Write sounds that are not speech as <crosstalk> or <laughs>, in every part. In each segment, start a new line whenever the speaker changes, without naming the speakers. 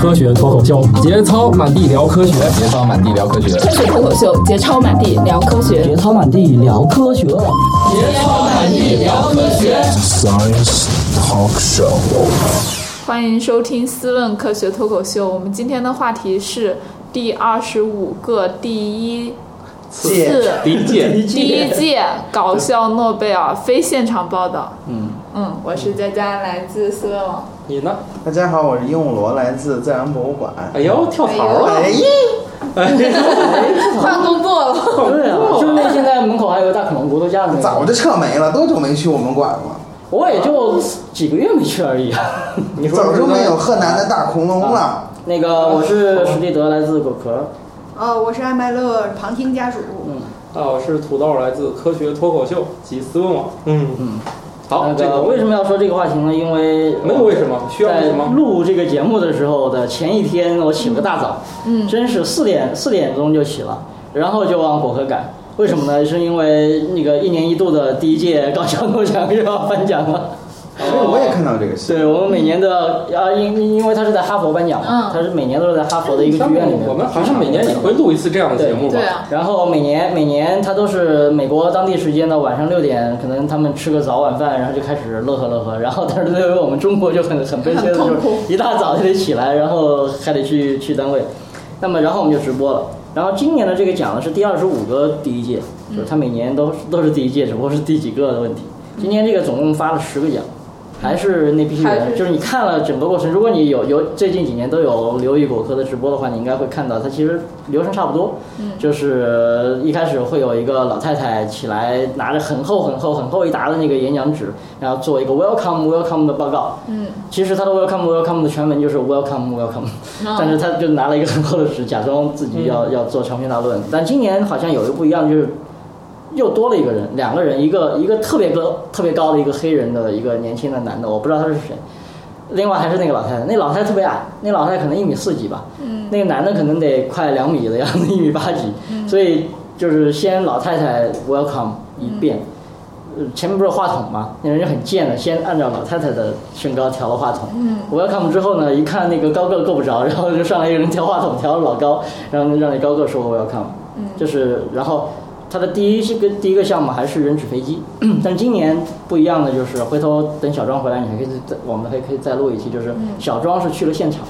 科学脱口秀，节操满地聊科学，
节操满地聊科学，
科学脱口秀，节操满地聊科学，
节操满地聊科学，
节操满地聊科学。
Science Talk Show，
欢迎收听思问科学脱口秀。我们今天的话题是第二十五个第一次
第一届
第一届搞笑诺贝尔非现场报道。嗯嗯，我是佳佳，来自思问网。
你呢？
大家好，我是鹦鹉螺，来自自然博物馆。
哎呦，跳槽了！
哎呀，
换工作了。
对啊，
哦
是不是现在门口还有个大恐龙骨头架呢？
早就撤没了，多久没去我们馆了？
我也就几个月没去而已 <laughs> 啊。
你说
早
是
就
不是
没有贺南的大恐龙了。
那个，我是史蒂德，来自果壳。
呃，我是艾麦乐旁听家属。
嗯
啊，我是土豆，来自科学脱口秀及思问网。嗯嗯，好，
那
这
个
个
为什么要说这个话题呢？因为
没有为什么，需要
在
什么？
录这个节目的时候的前一天，我起了个大早，
嗯
真是四点四点钟就起了，然后就往果壳赶。为什么呢？是因为那个一年一度的第一届高校诺奖又要颁奖了。
哎我也看到这个戏，
对我们每年的啊，因因因为它是在哈佛颁奖嘛
嗯，
它是每年都是在哈佛的一个剧院里面。
我们好像每年也会录一次这样的节目吧
对？啊，
然后每年每年他都是美国当地时间的晚上六点，可能他们吃个早晚饭，然后就开始乐呵乐呵。然后但是对于我们中国就很很悲催
很
的，就
痛
是
苦
一大早就得起来，然后还得去去单位。那么然后我们就直播了。然后今年的这个奖呢是第二十五个第一届，就是他每年都都是第一届，只不过是第几个的问题。今年这个总共发了十个奖。还是那批
还
人，
是
就是你看了整个过程，如果你有有最近几年都有留意果壳的直播的话，你应该会看到它其实流程差不多，
嗯
就是一开始会有一个老太太起来拿着很厚很厚很厚一沓的那个演讲纸，然后做一个 welcome welcome 的报告。
嗯，
其实他的 welcome welcome 的全文就是 welcome welcome，、
哦嗯
但是他就拿了一个很厚的纸，假装自己要、要做长篇大论。但今年好像有一个不一样，就是又多了一个人，两个人，一个一个特别高特别高的一个黑人的一个年轻的男的，我不知道他是谁。另外还是那个老太太，那老太太特别矮，那老太太可能一米四几吧，
嗯
那个男的可能得快两米的样子， <laughs> 一米八几，所以就是先老太太 welcome 一遍，呃前面不是话筒嘛，那人就很贱的，先按照老太太的身高调了话筒，
嗯
welcome 之后呢，一看那个高个够不着，然后就上来一个人调话筒，调的老高，然后让那高个说 welcome，
嗯
就是然后他的第一是个第一个项目还是人纸飞机，
嗯
但今年不一样的就是回头等小庄回来，你还可以再我们还可以再录一期，就是
嗯
小庄是去了现场。
哦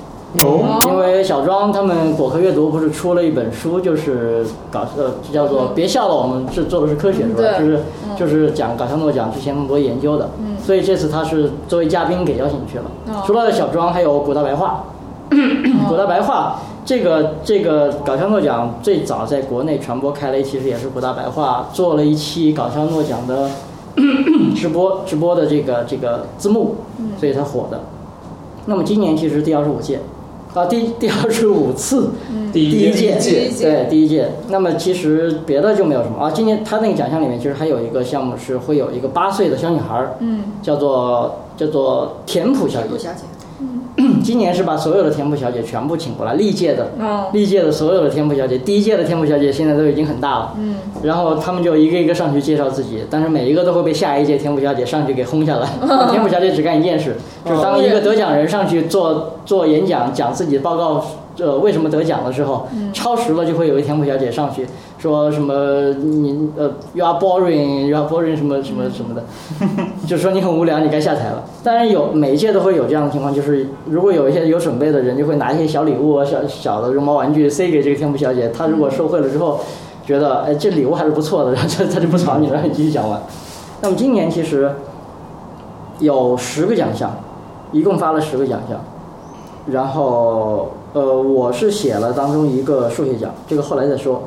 有
因为小庄他们果壳阅读不是出了一本书，就是搞呃叫做“别笑了，我们是做的是科学”是吧？
嗯对
就是就是讲搞笑诺奖之前那么多研究的，所以这次他是作为嘉宾给邀请去了。
哦
除了小庄，还有古大白话。 <coughs> 古大白话这个这个搞笑诺奖最早在国内传播开来，其实也是古大白话做了一期搞笑诺奖的直播直播的这个这个字幕，所以才火的。那么今年其实第二十五届，啊，第第二十五次，
第
第
一
一届，
届
对第一届。那么其实别的就没有什么啊。今年他那个奖项里面，其实还有一个项目是会有一个八岁的小女孩儿，
嗯
叫做叫做田朴小
陆
姐。
小姐，
今年是把所有的田朴小姐全部请过来，历届的
嗯
历届的所有的天普小姐，第一届的天普小姐现在都已经很大了，
嗯，
然后他们就一个一个上去介绍自己，但是每一个都会被下一届天普小姐上去给轰下来。天普小姐只干一件事，就是当一个得奖人上去做做演讲，讲自己报告呃为什么得奖的时候，超时了就会有一个天普小姐上去说什么你呃 you are boring you are boring 什么什么什么的， <laughs> 就说你很无聊，你该下台了。当然有每一届都会有这样的情况，就是如果有一些有准备的人，就会拿一些小礼物、啊、小小的绒毛玩具塞给这个天赋小姐。她如果受贿了之后，觉得哎这礼物还是不错的， <laughs> 然后她她就不吵你了，让你继续讲完。那么今年其实有十个奖项，一共发了十个奖项，然后呃我是写了当中一个数学奖，这个后来再说。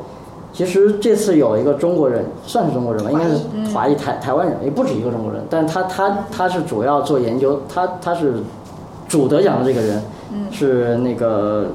其实这次有一个中国人，算是中国人吧，应该是华裔嗯台台湾人，也不止一个中国人，但是他他他是主要做研究，他他是主得奖的这个人，是那个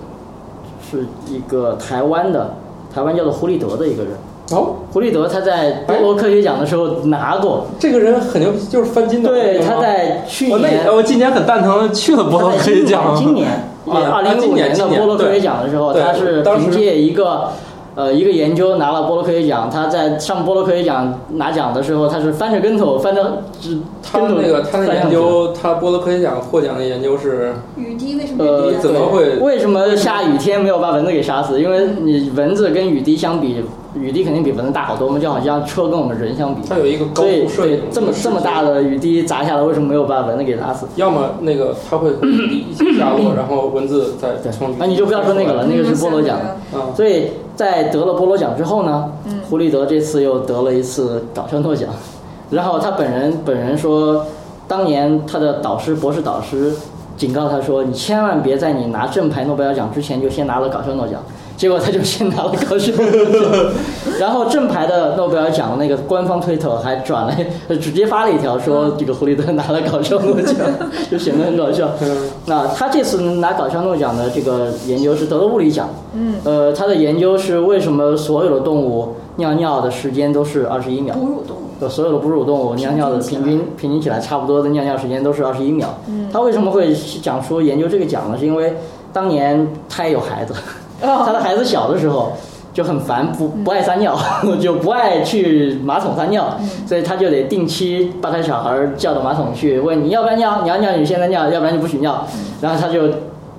是一个台湾的，台湾叫做胡立德的一个人。
哦，
胡立德他在波罗科学奖的时候拿过，
这个人很牛逼，就是翻筋的。
对，他在去
我
年
哦那我今年很蛋疼，去了博
他
洛
在
可以讲
今年，
啊
二零一
今
五
年
年的
今年
波罗科学奖的时候，
对
他是
当时
凭借一个呃，一个研究拿了波罗科学奖，他在上波罗科学奖拿奖的时候，他是翻着跟头翻着，只
他
跟头
那个他
翻
的
上
研
去
究，他波罗科学奖获奖的研究是，
雨滴为什么
呃
是
你，怎么会
对为什么下雨天没有把蚊子给杀死？因为你蚊子跟雨滴相比，雨滴肯定比蚊子大好多嘛，就好像车跟我们人相比。
他有一个高
所以
速摄影
对，这么这么大，的雨滴砸下来，为什么没有把蚊子给砸死？
要么那个它会和雨滴一起下
<clears throat>
落，然后蚊子再
对
从，
那你就不要说那个了，那个是菠萝奖。
啊，
所以在得了波罗奖之后呢，胡立德这次又得了一次搞笑诺奖， <laughs> 然后他本人本人说，当年他的导师博士导师警告他说，你千万别在你拿正牌诺贝尔奖之前就先拿了搞笑诺奖， <laughs> 结果他就先拿了搞笑诺奖， <laughs> 然后正牌的诺贝尔奖那个官方推特还转了， <laughs> 直接发了一条说这个胡立德拿了搞笑诺奖， <laughs> 就显得很搞笑。
嗯
那他这次拿搞笑诺奖的这个研究是得了物理奖，
嗯，
呃，他的研究是为什么所有的动物尿尿的时间都是二十一秒，
哺乳动物？
呃，所有的哺乳动物尿尿的平均平均起来差不多的尿尿时间都是二十一秒。嗯，他为什么会讲出研究这个奖呢？是因为当年他也有孩子，
哦
<laughs> 他的孩子小的时候。就很烦，不不爱撒尿， <laughs> 就不爱去马桶撒尿，所以他就得定期把他小孩儿叫到马桶去，问你要不要尿，你要尿你现在尿，要不然就不许尿。然后他就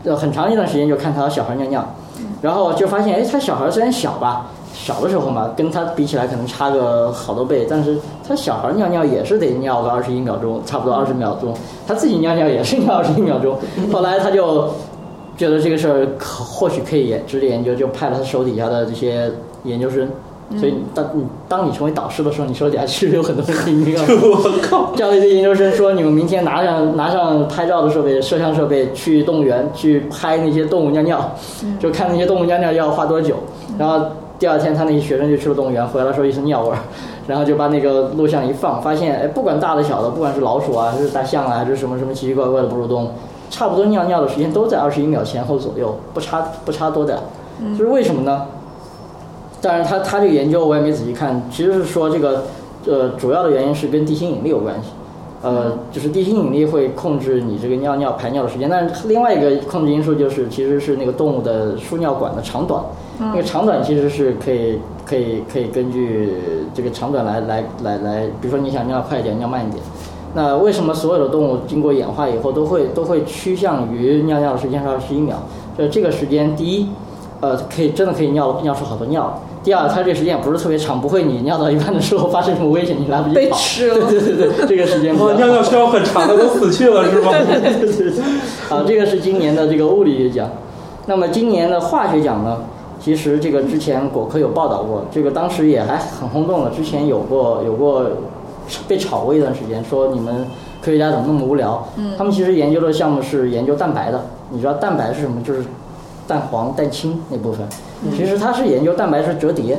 呃很长一段时间就看他小孩尿尿，然后就发现，哎，他小孩虽然小吧，小的时候嘛，跟他比起来可能差个好多倍，但是他小孩尿尿也是得尿个二十一秒钟，差不多二十秒钟，他自己尿尿也是尿二十一秒钟。后来他就觉得这个事儿可或许可以研值得研究，就派了他手底下的这些研究生。
嗯
所以当你当你成为导师的时候，你手底下其实有很多人听这个。
<laughs> 我靠，
教育的研究生说，你们明天拿上拿上拍照的设备、摄像设备去动物园去拍那些动物尿尿，
嗯
就看那些动物尿尿要花多久。然后第二天，他那些学生就去了动物园，回来说一身尿味儿， <laughs> 然后就把那个录像一放，发现哎，不管大的小的，不管是老鼠啊，还是大象啊，还是什么什么奇奇怪怪的哺乳动物，差不多尿尿的时间都在二十一秒前后左右，不差不差多点儿。就是为什么呢？当然他，他这个研究我也没仔细看，其实是说这个呃主要的原因是跟地心引力有关系，呃，就是地心引力会控制你这个尿尿排尿的时间，但是另外一个控制因素就是其实是那个动物的输尿管的长短，
嗯
那个长短其实是可以可以可以根据这个长短来来来来，比如说你想尿快一点，尿慢一点。那为什么所有的动物经过演化以后都会都会趋向于尿尿的时间是二十一秒？这这个时间，第一，呃，可以真的可以尿尿出好多尿。第二，它这个时间也不是特别长，不会你尿到一半的时候发生什么危险，你来不及
被
跑。
吃了
对对对，这个时间比较
哦，
长。
尿尿需要很长的，都死去了是吗？
好，啊这个是今年的这个物理学奖。那么今年的化学奖呢？其实这个之前果科有报道过，这个当时也还很轰动的。之前有过有过被炒过一段时间，说你们科学家怎么那么无聊？
嗯
他们其实研究的项目是研究蛋白的。你知道蛋白是什么？就是蛋黄、蛋清那部分。
嗯
其实它是研究蛋白是折叠，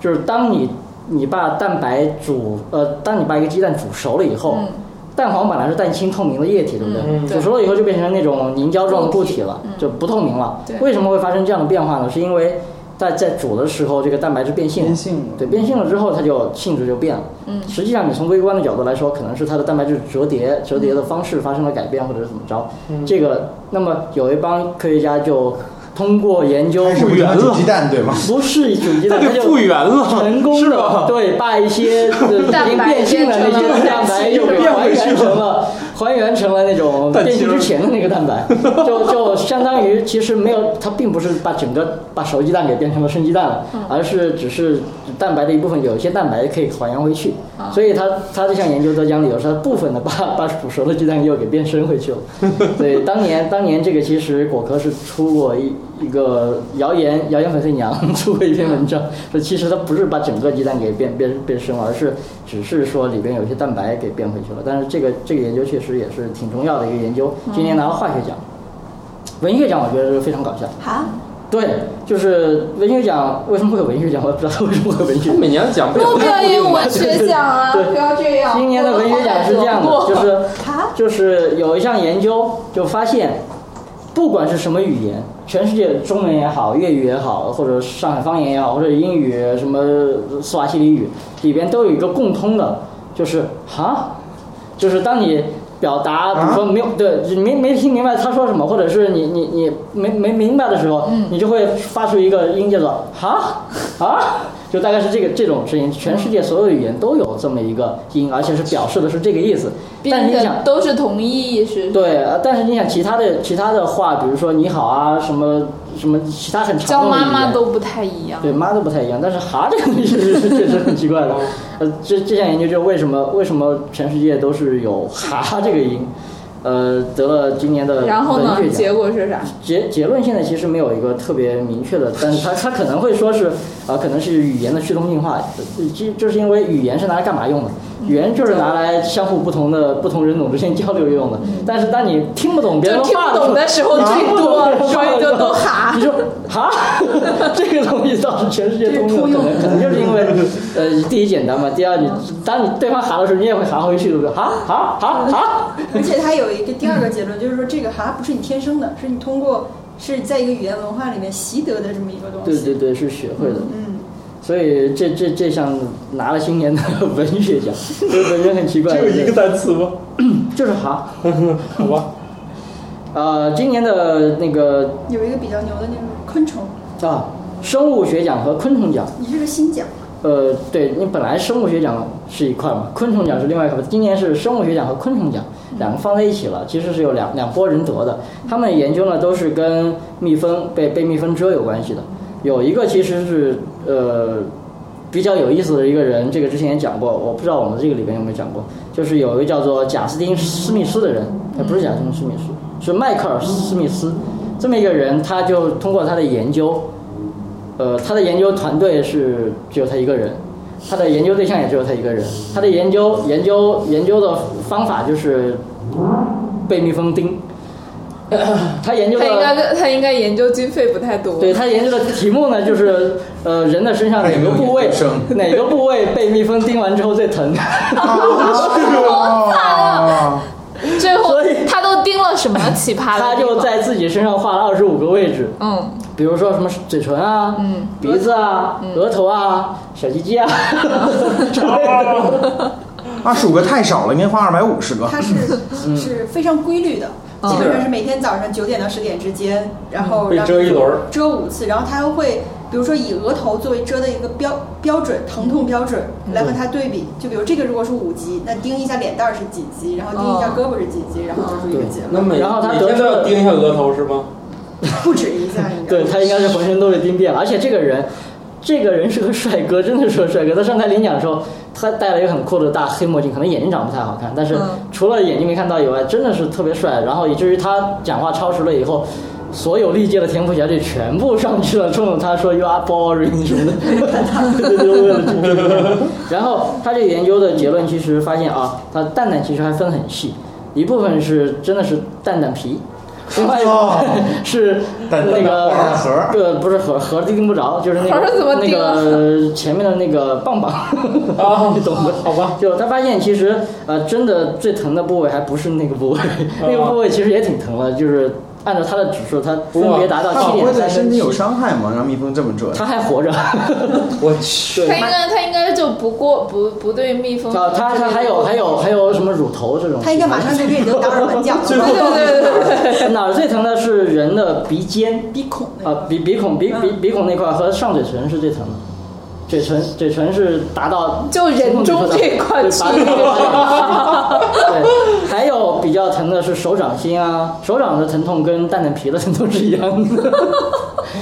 就是当你你把蛋白煮呃，当你把一个鸡蛋煮熟了以
哦
后，
嗯
蛋黄本来是蛋清透明的液体，对不对？
嗯
煮熟了以后就变成那种凝胶状的固体嗯了，就不透明了。为什么会发生这样的变化呢？是因为在在煮的时候，这个蛋白质变性了，
变性了
对，变性了之后它就性质就变了。嗯，实际上你从微观的角度来说，可能是它的蛋白质折叠折叠的方式发生了改变，或者是怎么着。
嗯
这个，那么有一帮科学家就通过研究
开哎始不
圆了
煮鸡
<laughs>
蛋对吗？
不是主机
它
蛋，它
就复原了，
成功
是
的？
吧
对，把一些呃已经变性的那些蛋白就给还原成了，还原成了那种变性之前的那个蛋白，就就相当于其实没有，它并不是把整个把熟鸡蛋给变成了生鸡蛋了，而是只是蛋白的一部分，有一些蛋白可以还原回去，所以它它这项研究得奖理由是它部分的把 <laughs> 把煮熟的鸡蛋又给变生回去了。对，当年当年这个其实果壳是出过一一个谣言，谣言粉碎娘出过一篇文章， <laughs> 说其实它不是把整个鸡蛋给变变变生了，而是只是说里边有一些蛋白给变回去了。但是这个这个研究确实也是挺重要的一个研究，今年拿了化学奖，文学奖我觉得是非常搞笑。
哈，
对，就是文学奖为什么会有文学奖，我也不知道为什么会有文学
它
奖。
每年奖不也
诺
不
贝
太
尔
固
也
定
有
吗
文学奖啊，
对
不要这样。
今年的文学奖是这样的，就是
啊
就是有一项研究就发现，不管是什么语言，全世界中文也好，粤语也好，或者上海方言也好，或者英语什么斯瓦西里语里边都有一个共通的，就是哈，就是当你。表
啊
达，比如说没有、对，你没没听明白他说什么，或
嗯
者是你你你没没明白的时候，你就会发出一个音叫做“哈”，啊，就大概是这个这种声音，全世界所有语言都有这么一个音，而且是表示的是这个意思。
并
但是你
且
想，
都是同一意识。
对，呃但是你想其他的其他的话，比如说你好啊，什么什么其他很长
叫
的
妈
语
妈
言
都不太一样。
对妈都不太一样，但是哈这个东西是是确实很奇怪的。呃，这这项研究就是为什么为什么全世界都是有哈这个音，呃，得了今年的
然后呢
文？学
结
奖。
果是啥？
结结论现在其实没有一个特别明确的，但是它它可能会说是，呃，可能是语言的趋同进化，呃就就是因为语言是拿来干嘛用的？
嗯
语言就是拿来相互不同的不同人种之间交流用的。但是当你听不懂别人
嗯就
话
听不
时候
懂的时候最多，
啊
所以就都哈
你。说哈， <laughs> 这个东西倒是全世界通用的，可能可能就是因为呃，第一简单嘛，第二你当你对方哈的时候，你也会哈回去，对不啊对？哈哈哈哈，
<laughs> 而且它有一个第二个结论，就是说这个哈不是你天生的，是你通过是在一个语言文化里面习得的这么一个东
对
西。
对对，是学会的。
嗯，
所以这这这项拿了今年的文学奖，这个本身很奇
<laughs>
怪，
只有一个
对
单词吗？
<coughs> 就是哈。
<laughs> 好吧，
呃，今年的那个
有一个比较牛的那个昆虫，
啊，生物学奖和昆虫奖，
你这个新奖，
呃，对你本来生物学奖是一块嘛，昆虫奖是另外一块，今年是生物学奖和昆虫奖两个放在一起了，其实是有两两拨人得的。他们研究呢都是跟蜜蜂被被蜜蜂蛰有关系的，有一个其实是呃比较有意思的一个人，这个之前也讲过，我不知道我们这个里边有没有讲过，就是有一个叫做贾斯汀·斯密斯的人，呃，不是贾斯汀·斯密斯，是迈克尔·斯密斯，这么一个人，他就通过他的研究，呃，他的研究团队是只有他一个人，他的研究对象也只有他一个人，他的研究研究研究的方法就是被蜜蜂叮， <coughs> 他研究
他
的
应该他应该研究经费不太多。
对他研究的题目呢，就是呃人的身上
他
哪
有没
个
有
部位
研究生
哪个部位被蜜蜂叮完之后最疼？
好惨啊！
最后
所以
他都盯了什么奇葩的地方？
他就在自己身上画了二十五个位置，
嗯，
比如说什么嘴唇啊、
嗯
鼻子啊、额头啊、小鸡鸡啊之类的。
二十五个太少了，应该花二百五十个。
它是是非常规律的，基本上是每天早上九点到十点之间，然后
被
让
蛰一轮儿。
遮五次，然后它又会，比如说以额头作为遮的一个标标准疼痛标准来和它对比，就比如这个如果是五级，那钉一下脸蛋儿是几级，然后钉一下
哦
胳膊是几级，然后得出一个结
那
论，
每
然后他
每
得
天
出
都要盯一下额头是
<laughs>
吗？
不止一下应该。
对他应该是浑身都被叮遍了，而且这个人。这个人是个帅哥，真的是个帅哥。他上台领奖的时候，他戴了一个很酷的大黑墨镜，可能眼睛长不太好看，但是
嗯
除了眼睛没看到以外，真的是特别帅。然后以至于他讲话超时了以后，所有历届的田馥甄队全部上去了，冲着他说 “You are boring” 什么
<laughs>
的，对对对，为了这个。然后他这个研究的结论其实发现啊，他蛋蛋其实还分很细，一部分是真的是蛋蛋皮。另外一部
哦
分 <laughs> 是
蛋
那个
蛋黄盒
对，不是盒盒盯不着，就是那
盒
个
儿怎么
那
盯啊
个前面的那个棒 <laughs> 棒，
啊
你懂的。
<laughs> 好吧，
就他发现，其实呃，真的最疼的部位还不是那个部
啊
位，那个部位其实也挺疼的，就是按照他的指数，他分别达到
它
七
不会
点
对
三
身
跟
体有
七，
伤害吗？让蜜蜂这么蛰，
他还活着。 <laughs>
我去，
他应该他应该就不过不不对蜜蜂。
啊，他他还有还有还有什么乳头这种？
他应该马上就给你得达尔文奖
对
了。
对对对对
<laughs>
对，
哪儿最疼的是人的鼻尖、
鼻孔那
啊
个，
鼻鼻孔、
嗯
鼻鼻鼻孔那块和上嘴唇是最疼的，嘴唇嘴唇是达到
就人中这块区域
对，拔 <laughs> 对，还有比较疼的是手掌心啊，手掌的疼痛跟蛋蛋皮的疼痛是一样
<laughs>
的，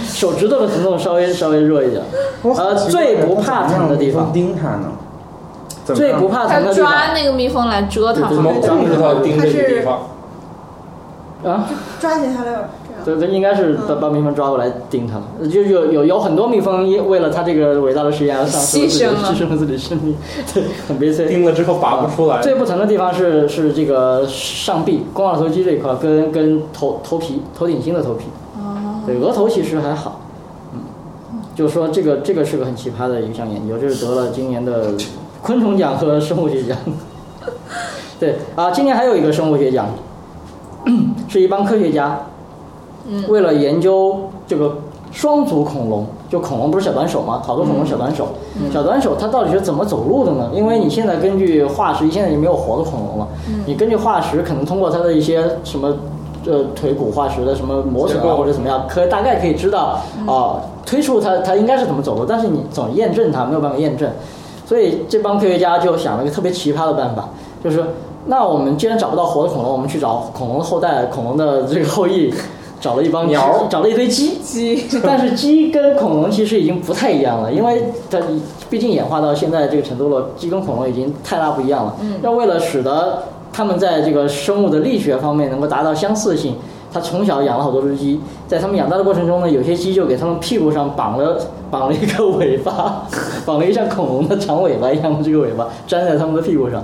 手指头的疼痛稍微稍微弱一点，
我好
呃，
奇怪
最不怕疼的地
我
方，
盯它呢，怎么
最
样
不怕
他
疼的地
抓
方
那个蜜蜂来蛰他
怎么
嘛。
控制它盯这个地方？
啊。
抓紧下来了，这样。
对对，应该是把把蜜蜂抓过来叮它了。就有有有很多蜜蜂因为了它这个伟大的实验而丧失了
牺牲了
自己的牺牲了自己的生命， <laughs> 对，很悲催。
盯了之后拔不出来。
最不疼的地方是是这个上臂、肱二头肌这一块，跟跟头头皮、头顶心的头皮。对，额头其实还好。嗯，就说这个这个是个很奇葩的一项研究，这是得了今年的昆虫奖和生物学奖。 <laughs> 对啊，今年还有一个生物学奖， <clears throat> 是一帮科学家，为了研究这个双足恐龙，就恐龙不是小短手吗？讨论恐
嗯
龙小短手，小短手它到底是怎么走路的呢？因为你现在
嗯
根据化石，现在已经没有活的恐龙了，你根据化石可能通过它的一些什么。呃腿骨化石的什么磨损
结
啊
构嗯
或者怎么样，可大概可以知道哦、推出它它应该是怎么走路，但是你总验证它没有办法验证，所以这帮科学家就想了一个特别奇葩的办法，就是那我们既然找不到活的恐龙，我们去找恐龙的后代、恐龙的这个后裔，找了一帮
鸟
找了一堆鸡，
鸡，
<laughs> 但是鸡跟恐龙其实已经不太一样了，因为它毕竟演化到现在这个程度了，鸡跟恐龙已经太大不一样了。嗯，要为了使得它们在这个生物的力学方面能够达到相似性，它从小养了好多只鸡，在它们养大的过程中呢，有些鸡就给它们屁股上绑了绑了一个尾巴， <laughs> 绑了一个像恐龙的长尾巴一样的这个尾巴粘在它们的屁股上。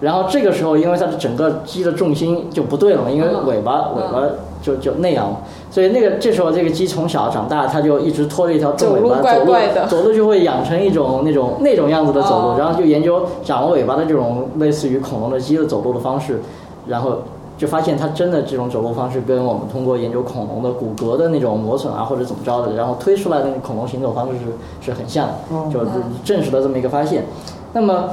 然后这个时候，因为它的整个鸡的重心就不对了嘛，因为
嗯
尾巴尾巴就就那样了，所以那个这时候这个鸡从小长大，它就一直拖着一条动尾巴
走路怪怪的
走路走路就会养成一种那种那种样子的走路，
哦
然后就研究长了尾巴的这种类似于恐龙的鸡的走路的方式，然后就发现它真的这种走路方式跟我们通过研究恐龙的骨骼的那种磨损啊或者怎么着的，然后推出来的那恐龙行走方式是是很像的，就就证实了这么一个发现。那么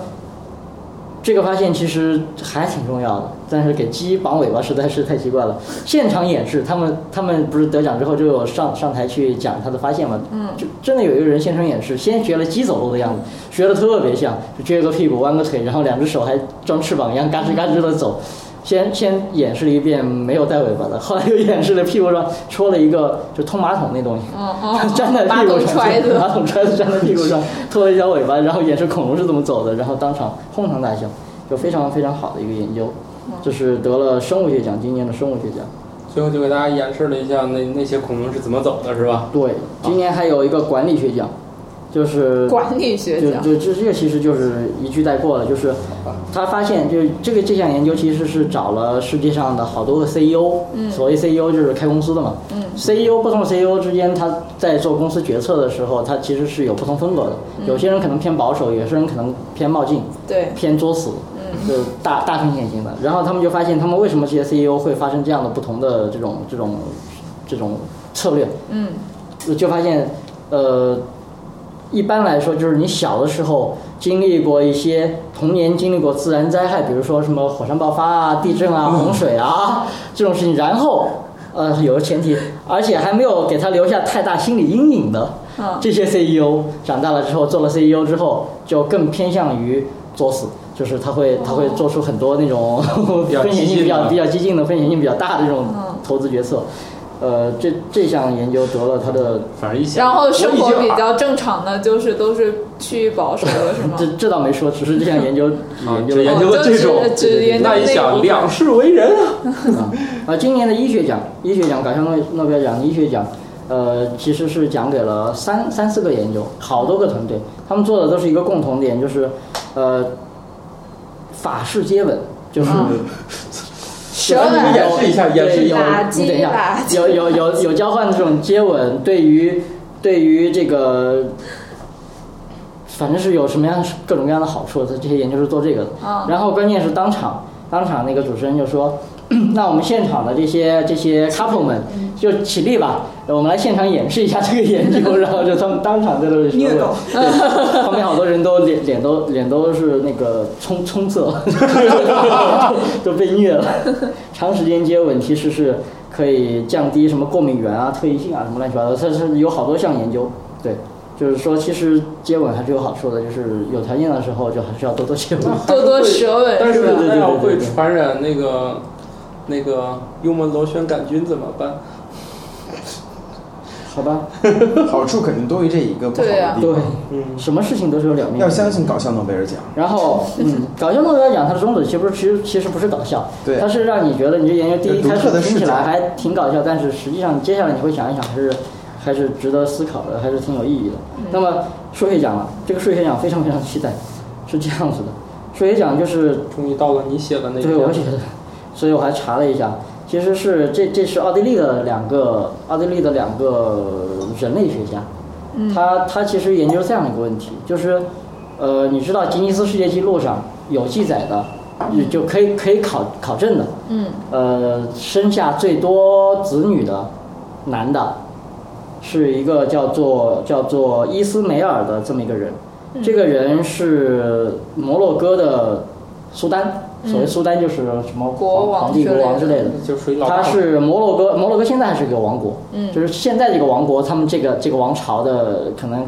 这个发现其实还挺重要的，但是给鸡绑尾巴实在是太奇怪了。现场演示，他们他们不是得奖之后就有上上台去讲他的发现嘛？嗯，就真的有一个人现场演示，先学了鸡走路的样子，学的特别像，就撅个屁股弯个腿，然后两只手还装翅膀一样嘎吱嘎吱的走。先先演示了一遍没有带尾巴的，后来又演示了屁股上戳了一个就通马桶那东西，
嗯嗯，
<laughs> 粘在屁股
马桶
上，
揣子
<laughs> 马桶揣子粘在屁股
<laughs>
上，拖了一条尾巴，然后演示恐龙是怎么走的，然后当场哄堂大笑，就非常非常好的一个研究，这是得了生物学奖，今年的生物学奖。
<laughs> 最后就给大家演示了一下那那些恐龙是怎么走的，是吧？
对，今年还有一个管理学奖，就是
管理学
就
家，
就这这个其实就是一句带过了，就是他发现就这个这项研究其实是找了世界上的好多个 CEO，、所谓 CEO 就是开公司的嘛、c e o 不同 CEO 之间他在做公司决策的时候，他其实是有不同风格的，有些人可能偏保守，有些人可能偏冒进，
对，
偏作死，就是大大风险型的。然后他们就发现，他们为什么这些 CEO 会发生这样的不同的这种这种这种策略？
嗯，
就发现，呃，一般来说，就是你小的时候经历过一些童年经历过自然灾害，比如说什么火山爆发
嗯
啊、地震啊、洪水啊这种事情，然后呃有个前提，而且还没有给他留下太大心理阴影的
嗯
这些 CEO，长大了之后做了 CEO 之后，就更偏向于作死。就是他会，他会做出很多那种
哦较
风险
激
性
进
比较
的
比较激进的、风险性比较大的这种
嗯
投资决策。呃，这这项研究得了他的
反正一想，
然后生活比较正常的就是都是趋于保守的，是
<laughs>
吗？
这这倒没说，只是这项研究研究
只
了
啊研
哦
究了
就
这种
只只研究
那一
内
想，
部
两世为人啊，
啊。啊，今年的医学奖，医学奖搞笑诺诺贝尔奖的医学奖，呃，其实是奖给了三三四个研究，好多个团队，他们做的都是一个共同点，就是呃，法式接吻，就是。
啊舌
你们
吻
演示一下，演示一
对
下
有，
垃圾
你等一下
垃，圾
有有有有交换的这种接吻，对于对于这个，反正是有什么样各种各样的好处，他这些研究是做这个的。
嗯
啊
然后关键是当场当场那个主持人就说。 <coughs> 那我们现场的这些这些 couple 们
嗯
就起立吧，我们来现场演示一下这个研
<laughs>
究，然后就他们当场在那里
虐
舌吻
狗
对，旁边好多人
<laughs>
都脸脸都脸都是那个冲冲色， <laughs> 都被虐
<laughs>
了。长时间接吻其实是可以降低什么过敏源啊、退异性啊什么乱七八糟，它是有好多项研究。对，就是说其实接吻还是有好处的，就是有条件的时候就还是要多多接吻。
多多舌吻
但是
是吧？
那要会
对对对对
传染那个那个幽门螺旋杆菌怎么办？
好吧，
好处肯定多于这一个不好
对
的
啊
地
对
方。，
嗯，
什么事情都是有两面。
要相。信搞笑诺贝尔奖，
然后，嗯，搞笑诺贝尔奖它的宗旨其实其实其实不是搞笑，
对呃
它是让你觉得你这研究第一
有独
开
特
始
的
听
视
起
角
来还挺搞笑，但是实际上接下来你会想一想，还是还是值得思考的，还是挺有意义的。那么数学奖了，这个数学奖非常非常期待，是这样子的，数学奖就是
终于到了你写的那一
对，我觉
篇，
得，所以我还查了一下，其实是这这是奥地利的两个奥地利的两个人类学家，他他其实研究这样的一个问题，就是呃，你知道吉尼斯世界纪录上有记载的，也就可以可以考考证的，
嗯，
呃，生下最多子女的男的，是一个叫做叫做伊斯梅尔
嗯
的这么一个人，这个人是摩洛哥的苏丹，所谓苏丹就是什么
嗯国王
皇帝、
之类
国
的
王之类的。
就属于老大
它
了。
是摩洛哥，摩洛哥现在还是个王国，
嗯
就是现在这个王国，他们这个这个王朝的可能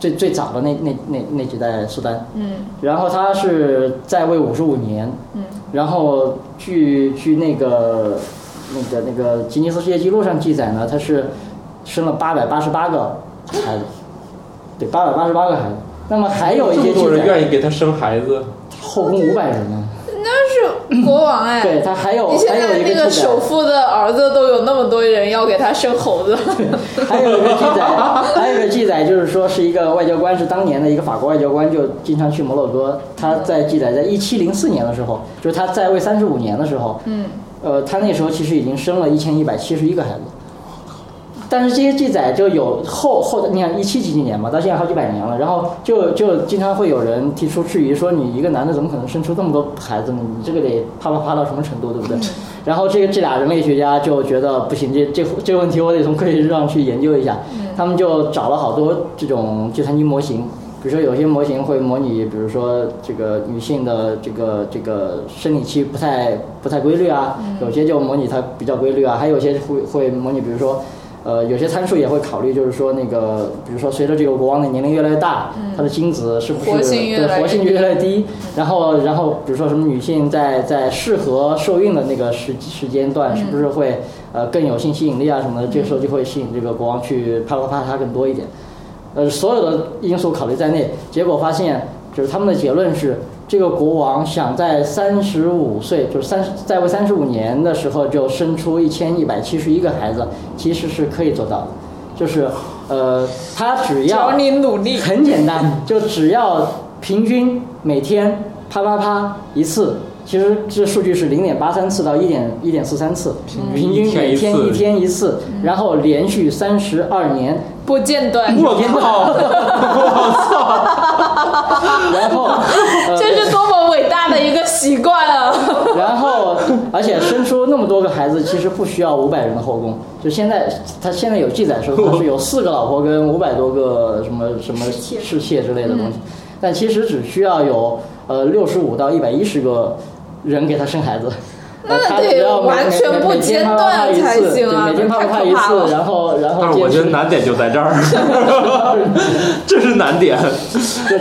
最最早的那那那那几代苏丹，
嗯
然后他是在位五十五年，
嗯，
<laughs> 然后据据那个那个那个吉尼斯世界纪录上记载呢，他是生了八百八十八个孩子，对，八百八十八个孩子。那么还有一
这
些
么
记
多人
载，
愿意给他生孩子，
后宫五百人呢。
那是国王哎。
对他还有
你现
还有
在
一
那
个
个
记载
首，富的儿子都有那么多人要给他生猴子，
还有一个记载，还有一个记载就是说是一个外交官，是当年的一个法国外交官，就经常去摩洛哥。他在记载在一七零四年的时候，就是他在位三十五年的时候，
嗯，
呃，他那时候其实已经生了一千一百七十一个孩子，但是这些记载就有后后，你看一七几几年嘛，到现在好几百年了，然后就就经常会有人提出质疑，说你一个男的怎么可能生出这么多孩子呢？你这个得啪啪啪到什么程度，对不嗯对？然后这个这俩人类学家就觉得不行，这这这个问题我得从科学上去研究一下，他们就找了好多这种计算机模型。比如说，有些模型会模拟，比如说这个女性的这个这个生理期不太不太规律啊，有些就模拟它比较规律啊，还有些会会模拟，比如说呃，有些参数也会考虑，就是说那个，比如说随着这个国王的年龄越来越大，他的精子是不
嗯
是
活性越来
对
越嗯
活性就越来越低？然后，然后比如说什么女性在在适合受孕的那个时时间段，是不
嗯
是会呃更有性吸引力啊什么的？这个时候就会吸引这个国王去啪啪啪他更多一点。呃，所有的因素考虑在内，结果发现就是他们的结论是，这个国王想在三十五岁，就是三在位三十五年的时候就生出一千一百七十一个孩子，其实是可以做到的，就是呃，他只
只
要
要你努
<laughs>
力。
很简单，就只要平均每天啪啪啪一次，其实这数据是零点八三次到一点一点四三次，平均每天一天一次，然后连续三十二年。
不间断，
我靠！
然后，呃
这是多么伟大的一个习惯啊！
然后，而且生出那么多个孩子，其实不需要五百人的后宫。就现在，他现在有记载说他是有四个老婆跟五百多个什么什么
妾
侍妾之类的东西，
嗯
但其实只需要有呃六十五到一百一十个人给他生孩子。呃
那
他只
得
要每
完全
每每
不
每天
间
啪啪
断
啪一
才
次
行
对
啊
每
这
天啪
太
啪啪
可
一
怕了
次，然后然后
但是我
坚
觉得
持
难点就在这儿， <laughs> 这是难点。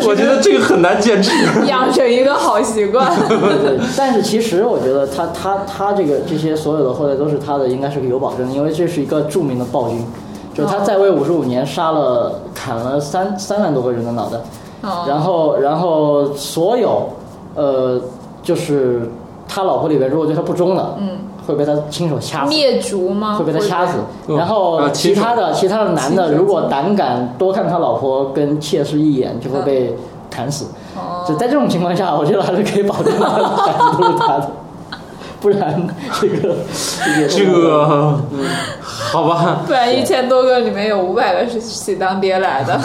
我觉得这个很难坚 <laughs> 持。
养成一个好习
<laughs>
惯，哦
对，但是其实我觉得他他他这个这些所有的后代都是他的，应该是个有保证的，因为这是一个著名的暴君，就是
哦
他在位五十五年，杀了砍了三三万多个人的脑袋，
哦
然后然后所有呃就是他老婆里边如果对他不忠的，
嗯，
会被他亲手掐死。
灭族吗？
会被他掐死，
嗯
然后
啊
其
亲手
他的其他的男的，如果胆敢多看他老婆跟妾室一眼，就会被砍死。
哦
就在这种情况下，我觉得还是可以保证他的产出他的，不然这个也
这个好吧，
不然一千多个里面有五百个是喜当爹来
<laughs>
的，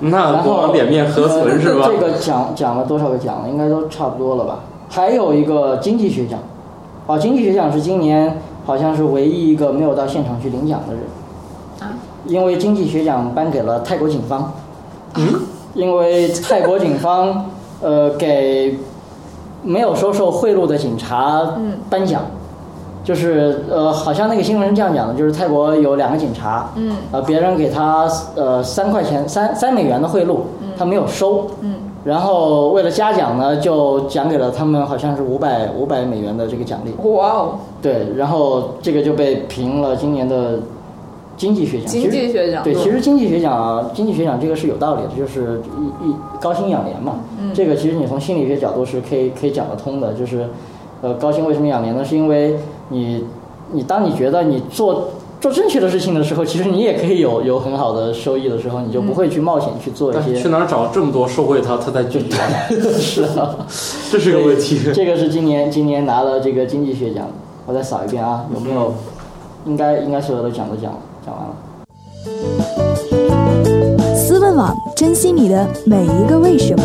那
然
国
后
王脸面何存是吧
呃？这个讲讲了多少个奖了？应该都差不多了吧？还有一个经济学奖，哦，经济学奖是今年好像是唯一一个没有到现场去领奖的人，
啊
因为经济学奖颁给了泰国警方。嗯，因为泰国警方呃给没有收受贿赂的警察
嗯
颁奖。就是呃，好像那个新闻是这样讲的，就是泰国有两个警察，
嗯
呃，别人给他呃三块钱三三美元的贿赂，他没有收，
嗯，
然后为了嘉奖呢，就奖给了他们好像是五百五百美元的这个奖励，
哇哦，
对，然后这个就被评了今年的经济学奖。
经济学奖嗯
其实对，
对
其实经济学奖啊，经济学奖这个是有道理的，就是一一高薪养廉嘛。
嗯
这个其实你从心理学角度是可以可以讲得通的，就是呃，高薪为什么养廉呢？是因为你你当你觉得你做做正确的事情的时候，其实你也可以有有很好的收益的时候，你就
嗯
不会去冒险去做一
但是
些。
去哪儿找这么多受贿他，他在拒绝，
<laughs> 是啊。
这是个问题。
这个是今年今年拿了这个经济学奖，我再扫一遍啊，有没有？应该应该所有的奖都讲了讲完了。
思问网，珍惜你的每一个为什么。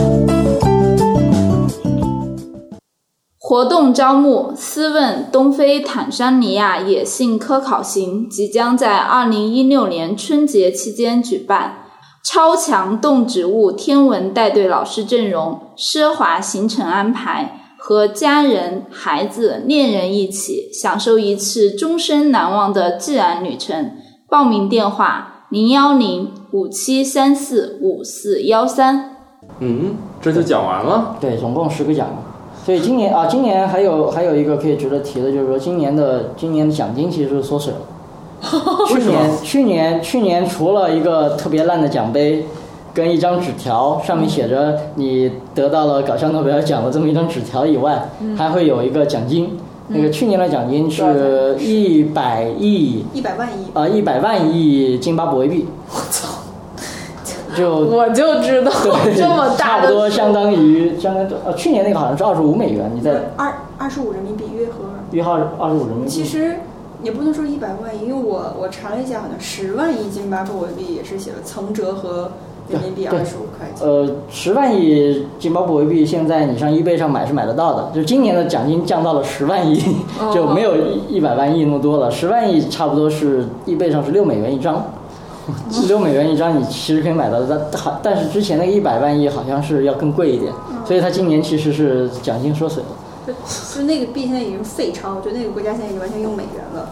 活动招募：思问东非坦桑尼亚野性科考行即将在二零一六年春节期间举办，超强动植物天文带队老师阵容，奢华行程安排。和家人、孩子、恋人一起享受一次终身难忘的自然旅程。报名电话：零幺零五七三四五四幺三。
嗯，这就讲完了。
对，总共十个奖嘛。所以今年啊，今年还有还有一个可以值得提的，就是说今年的今年的奖金其实是缩水了。去年去年去年除了一个特别烂的奖杯，跟一张纸条，上面写着你得到了搞笑诺贝尔奖的这么一张纸条以外，还会有一个奖金。那个去年的奖金是一百亿
一百万亿，
啊，一百万亿津巴布韦币。我操！就
<laughs> 我就知道
对，
这么大
差不
的
多相当于相当于呃去年那个好像是二十五美元，你在
二二十五人民币约合。
约号二十五人民币。
其实也不能说一百万亿，因为我我查了一下，好像十万亿津巴布韦币也是写了曾折合人民币
对
二十五块钱。
呃，十万亿津巴布韦币，现在你上 eBay 上买是买得到的。就今年的奖金降到了十万亿， <laughs> 就没有一百万亿那么多了。十万亿差不多是 eBay 上是六美元一张，六美元一张你其实可以买到的，但好但是之前那个一百万亿好像是要更贵一点，所以它今年其实是奖金缩水了。
就就那个币现在已经废钞，就那个国家现在已经完全用美元了。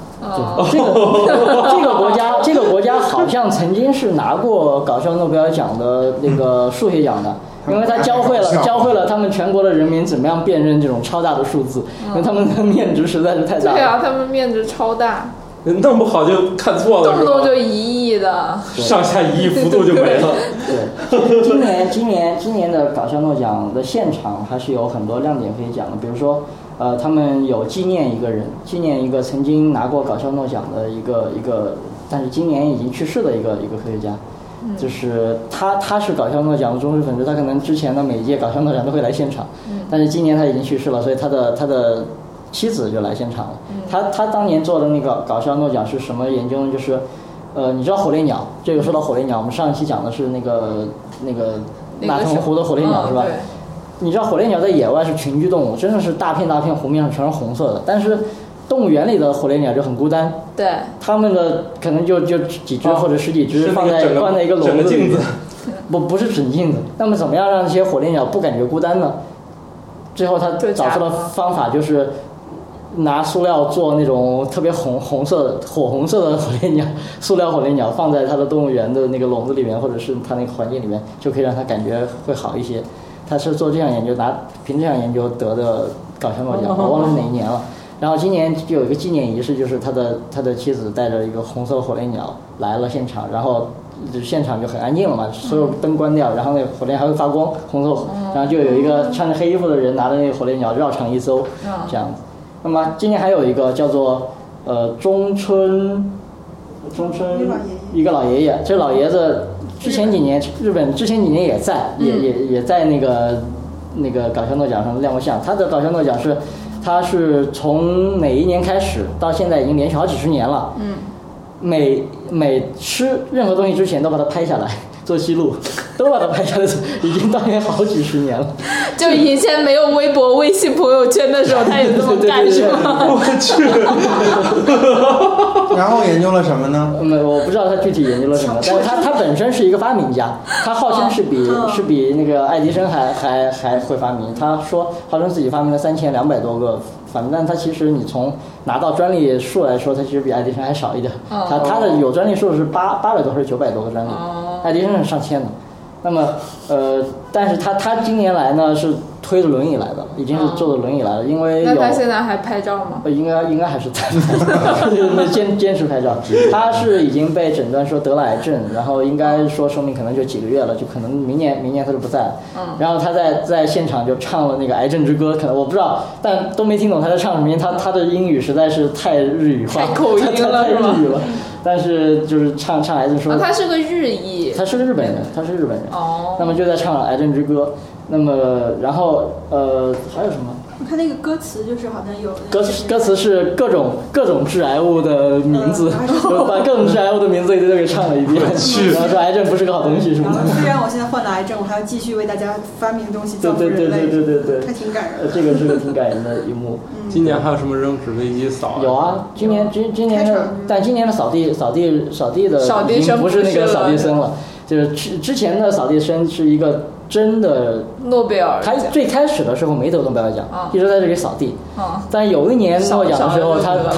这个这个国家，这个国家好像曾经是拿过搞笑诺贝尔奖的那个数学奖的。因为他教会了教会了他们全国的人民怎么样辨认这种超大的数字，因为他们的面值实在是太大
嗯对
了。
啊，他们面值超大，
弄不好就看错了，
动不动
是
就
吧
一亿的。
上下一亿幅度就没了。
对，今年今年今年的搞笑诺奖的现场还是有很多亮点可以讲的，比如说，呃，他们有纪念一个人，纪念一个曾经拿过搞笑诺奖的一个一个，但是今年已经去世的一个一个科学家。嗯就是他，他是搞笑诺奖的忠实粉丝，他可能之前的每一届搞笑诺奖都会来现场，但是今年他已经去世了，所以他的他的妻子就来现场了。他他当年做的那个搞笑诺奖是什么研究呢？就是，呃，你知道火烈鸟？这个说到火烈鸟，我们上一期讲的是那个那个哦马头湖的火烈鸟、是吧？
嗯对
你知道火烈鸟在野外是群居动物，真的是大片大片湖面上全是红色的，但是动物园里的火烈鸟就很孤单，
对，
它们的可能就就几只
哦
或者十几只
是那个
放在
整个
关在一个笼
整个
子里
镜子
面，不不是整镜子。那么怎么样让这些火烈鸟不感觉孤单呢？最后他
就
找
假
出了
装
方法，就是拿塑料做那种特别红红色的火红色的火烈鸟，塑料火烈鸟放在它的动物园的那个笼子里面，或者是它那个环境里面，就可以让它感觉会好一些。他是做这项研究，拿凭这项研究得的搞笑诺奖，我忘了是哪一年了。然后今年就有一个纪念仪式，就是他的他的妻子带着一个红色火烈鸟来了现场，然后就现场就很安静了嘛，所有灯关掉，然后那个火烈还会发光，红色，然后就有一个穿着黑衣服的人拿着那个火烈鸟绕场一周，这样子。那么今年还有一个叫做呃中村中村一
一个老爷
个老爷爷，这老爷子之前几年日本之前几年也在，也
嗯
也也在那个那个搞笑诺奖上亮过相。他的搞笑诺奖是，他是从哪一年开始到现在已经连续好几十年了。嗯，每每吃任何东西之前都把它拍下来做记录，都把它拍下来，已经大约好几十年了。
就以前没有微博、微信朋友圈的时候，他也这么干，
对对对
是吗？
我去，
然后研究了什么呢？
嗯，我不知道他具体研究了什么，但是他他本身是一个发明家，他号称是比
嗯
是比那个爱迪生还还还会发明。他说号称自己发明了三千两百多个反正但他其实你从拿到专利数来说，他其实比爱迪生还少一点。
嗯
他他的有专利数是八八百多还是九百多个专利，
哦
爱迪生是上千的。那么，呃，但是他他今年来呢是推着轮椅来的，已经是坐着轮椅来了，因为有
嗯那他现在还拍照吗？
呃，应该应该还是在 <laughs> 坚坚持拍照。他是已经被诊断说得了癌症，然后应该说寿命可能就几个月了，就可能明年明年他就不在了。
嗯
然后他在在现场就唱了那个《癌症之歌》，可能我不知道，但都没听懂他在唱什么，因为他他的英语实在是太日语化，
太口音了
<laughs> 太
是吗
日语了。但是就是唱唱癌症说
啊，，他是个日裔。
他是个日本人，他是日本人。
哦，
那么就在唱《癌症之歌》，那么然后呃还有什么？
你看那个歌词，就是好像有
歌词歌词是各种各种致癌物的名字， <laughs> 我把各种致癌物的名字一堆都给唱了一遍，然后说癌症不是个好东西什么
然后
的。
虽然我现在患了癌症，我还要继续为大家发明东西，
对
造福
对对
人类，
对对对对
还，挺感人
呃，
的。
这个是个挺感人的一幕。
今年还有什么扔纸飞机扫？
嗯有，啊，今年今今年
开场
的，但今年的扫地扫地扫地的
扫地
已经
僧
不是
不
那个
是
扫地
了
僧了，就是之之前的扫地僧是一个真的，
诺贝尔
他
奖，
最开始的时候没得诺贝尔奖
啊，
一直在这里扫地。
嗯，
但有一年
少
诺奖的时候，
少嗯
他
了就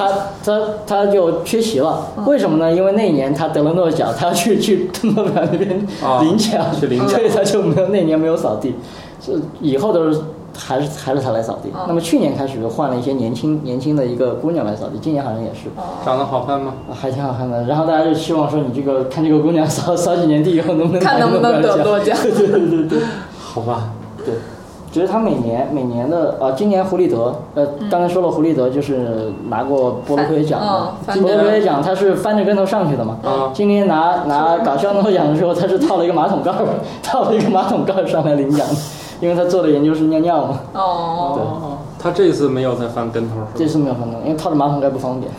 他他他就缺席了，为什么呢？因为那一年他得了诺奖，他要去去诺贝尔那边
啊
<laughs> 领奖，
去领奖
所以他就没有那年没有扫地，是以后都是还是还是他来扫地。
嗯
那么去年开始就换了一些年轻年轻的一个姑娘来扫地，今年好像也是。
嗯
长得好看吗？
还挺好看的，然后大家就希望说你这个看这个姑娘扫扫几年地以后能不能
看能不能
得
得诺 <laughs> 奖
对对对对对。
好吧，
对，只是他每年每年的啊，今年胡立德，呃，
嗯
刚才说了胡立德就是拿过波罗科学奖嘛，
翻嗯
波罗
翻
科学奖他是翻着跟头上去的嘛，
嗯
今年拿拿搞笑诺奖的时候，他是套了一个马桶盖儿， <laughs> 套了一个马桶盖儿上来领奖的，因为他做的研究是尿尿嘛，
哦，
他这次没有再翻跟头是
这
吧？
次没有翻到，因为套着马桶盖不方便，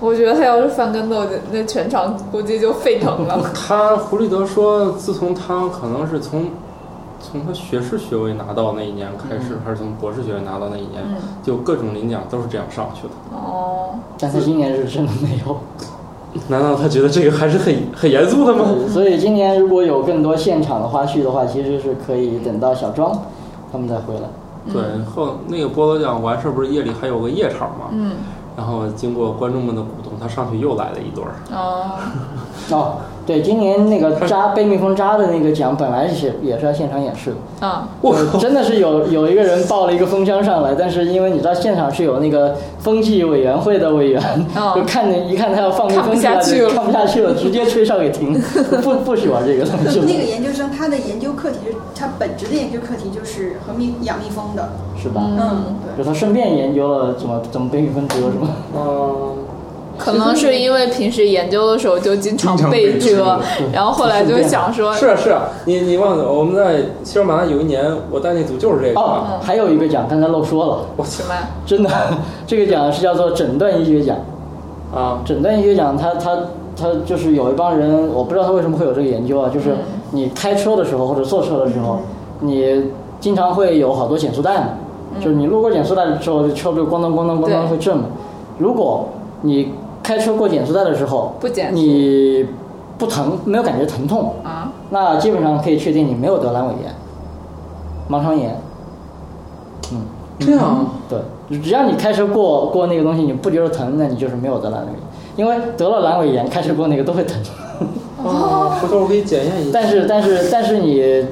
我觉得他要是翻跟斗，那全场估计就沸腾 <laughs> 了。
他胡立德说，自从他可能是从从他学士学位拿到那一年开
嗯
始，还是从博士学位拿到那一年，就各种领奖都是这样上去的。
哦，
但他今年是真的没
<laughs>
有。
难道他觉得这个还是很很严肃的吗？
嗯
所以今年如果有更多现场的花絮的话，其实是可以等到小庄他们再回来。
对，后那个菠萝奖完事儿不是夜里还有个夜场吗？
嗯，
然后经过观众们的鼓动，他上去又来了一对儿。
哦，
哦，对，今年那个
<laughs>
扎被蜜蜂扎的那个奖，本来是也是要现场演示
<laughs>
的。
啊，
我
呃
靠！
真的是有有一个人抱了一个风箱上来，但是因为你知道现场是有那个风纪委员会的委员，
哦
<laughs> 就看你一看他要放蜜
看不
蜂进
下
来，
去
就
了
看不下去了，直接吹哨给停， <laughs> 不不许玩这个东西了，
<laughs> 那个研究生他的研究课题是，他本职的研究课题就是和蜜养蜜蜂的。
是吧？
嗯，
就他顺便研究了怎么怎么被蜜蜂蛰，是吗？
嗯，
可能是因为平时研究的时候就经常
经常
被
被蛰
蛰，然后后来就想说，
是啊是啊，你你忘了我们在西双版纳有一年，我带那组就是这个。
哦，还有一个奖刚才漏说了，
我去
什么？
真的， <laughs> 这个奖是叫做诊断医学奖。
啊！
诊断医学奖，它它它就是有一帮人，我不知道他为什么会有这个研究啊，就是
嗯
你开车的时候或者坐车的时候，你经常会有好多减速带嘛，就是你路过减速带的时候，车不就咣当咣当咣
嗯对
当会震嘛。如果你开车过减速带的时候，
不减速
你不疼，没有感觉疼痛，
啊，
那基本上可以确定你没有得阑尾炎、盲肠炎。嗯，
这样啊
对，只要你开车过过那个东西，你不觉得疼，那你就是没有得阑尾炎，因为得了阑尾炎，开车过那个都会疼。 <laughs>
啊，回头我给你检验一下。
但是但是但是你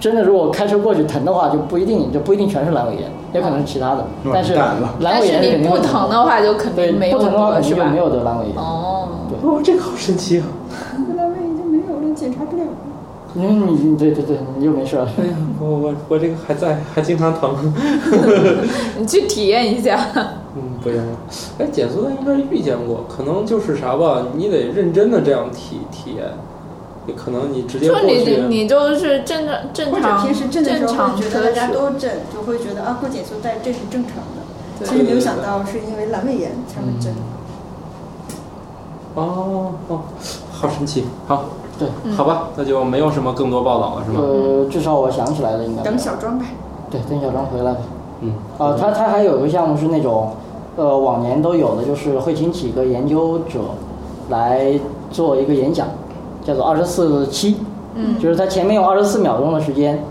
真的如果开车过去疼的话，就不一定就不一定全是阑尾炎，也可能是其他的。
完
但是
蛋了
阑
但
尾
是
炎肯
你
定
不
会
疼的话，就肯
对，
定没有
不疼的话
得
肯定
是
就
吧
没？有得阑尾炎。
哦，
哦，这个好神奇啊！
阑尾已经没有了，检查不了了。
因为你你对对对，你就没事了。
哎呀，我我我这个还在，还经常疼。
你去体验一下。
嗯，不用了。哎，减速带应该遇见过，可能就是啥吧，你得认真的这样体体验，也可能你直接
就
过
你
去，
你就是正常正
或者
常
平时震的时
正
候，
常
会觉
车
得大家
驶
都震，就会觉得啊，过减速带这是正常的。
对
其实没有想到是因为阑尾炎才会震。
哦哦，好神奇。好，
对，
嗯
好吧，那就没有什么更多报道了，是吗？
呃，至少我想起来了，应该
等小庄吧。
对等小张回来吧。
嗯，
啊，它它还有一个项目是那种，呃，往年都有的，就是会请几个研究者来做一个演讲，叫做二十四七，嗯，就是它前面有二十四秒钟的时间，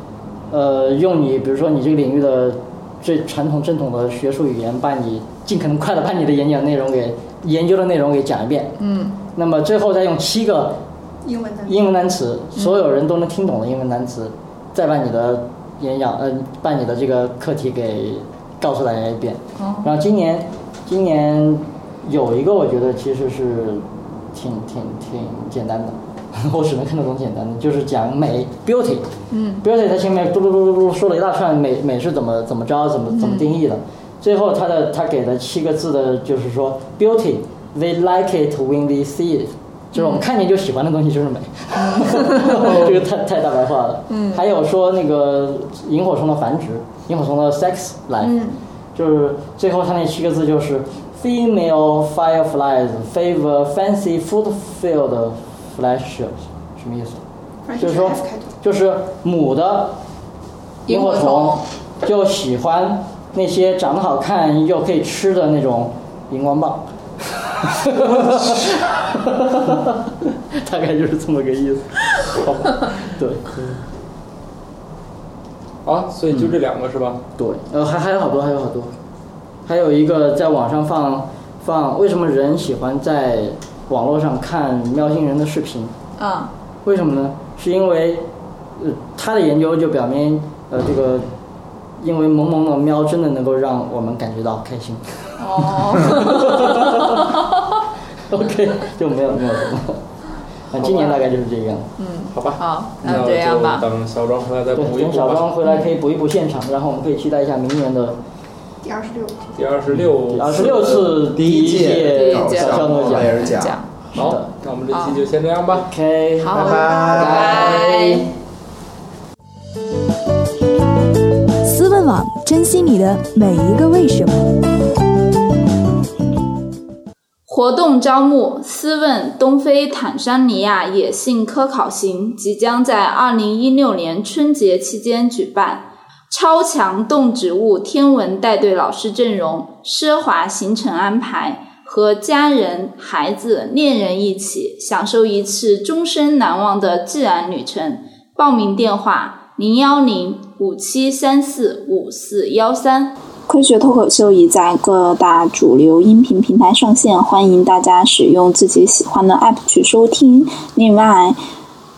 呃，用你比如说你这个领域的最传统正统的学术语言，把你尽可能快的把你的演讲内容给研究的内容给讲一遍，
嗯，
那么最后再用七个
英文单词。
英文单词，所有人都能听懂的英文单词，再把你的演讲，呃，把你的这个课题给告诉大家一遍。然后今年，今年有一个我觉得其实是挺挺挺简单的， <laughs> 我只能看得懂简单的，就是讲美 beauty。嗯，beauty 它前面嘟嘟嘟嘟嘟说了一大串美美是怎么怎么着，怎么怎么定义的。最后它的它给了七个字的，就是说 beauty，we like it when we see it。就是我们看见就喜欢的东西就是美，这个太太大白话了。嗯，还有说那个萤火虫的繁殖，萤火虫的 sex life，、就是最后它那七个字就是 female fireflies favor fancy food field flash，什么意思？
反
就是
正是
说
F 开头。，
就是母的萤火
萤
虫
火
就喜欢那些长得好看又可以吃的那种荧光棒。 <laughs> 大概就是这么个意思，好吧？对，
啊，所以就这两个是吧？
对，呃，还还有好多，还有好多，还有一个在网上放放，为什么人喜欢在网络上看喵星人的视频？
啊，
为什么呢？是因为，呃，他的研究就表明，呃，这个，因为萌萌的喵真的能够让我们感觉到开心。 <laughs>
嗯
哦，
OK，就没有没有什么。啊，今年大概就是这样。
好吧，
<laughs> 好，
那
那这样吧
就。等小庄回来再
对，
补一
等
补
小
吧。
庄回来可以补一补现场，然后我们可以期待一下明年的
第二十六，
第二十六，
二十六次
第
一
一届
第一届
小诺
诺
奖
贝。尔奖，
讲，
好，那我们这期就先这样吧。
OK，
好，
拜
拜拜
思问网珍惜你的每一个为什么。
活动招募“思问东非坦桑尼亚野性科考行”即将在二零一六年春节期间举办，超强动植物天文带队老师阵容、奢华行程安排，和家人、孩子、恋人一起享受一次终身难忘的自然旅程。报名电话：零幺零五七三四五四幺三。科学脱口秀已在各大主流音频平台上线，欢迎大家使用自己喜欢的 app 去收听。另外，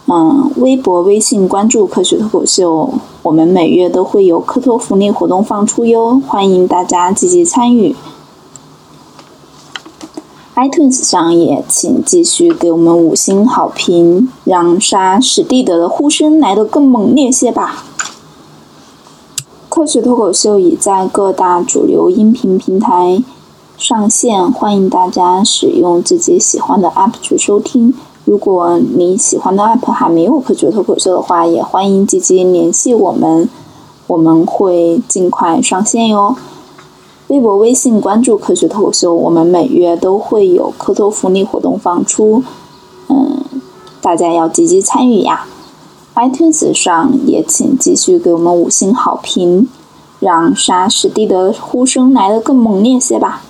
嗯，微博、微信关注科学脱口秀，我们每月都会有科托福利活动放出哟，欢迎大家积极参与。iTunes 上也请继续给我们五星好评，让杀史蒂德的呼声来得更猛烈些吧。科学脱口秀已在各大主流音频平台上线，欢迎大家使用自己喜欢的 app 去收听。如果你喜欢的 app 还没有科学脱口秀的话，也欢迎积极联系我们，我们会尽快上线哟。微博、微信关注科学脱口秀，我们每月都会有科托福利活动放出，嗯，大家要积极参与呀。iTunes 上也请继续给我们五星好评，让沙士蒂的呼声来得更猛烈些吧。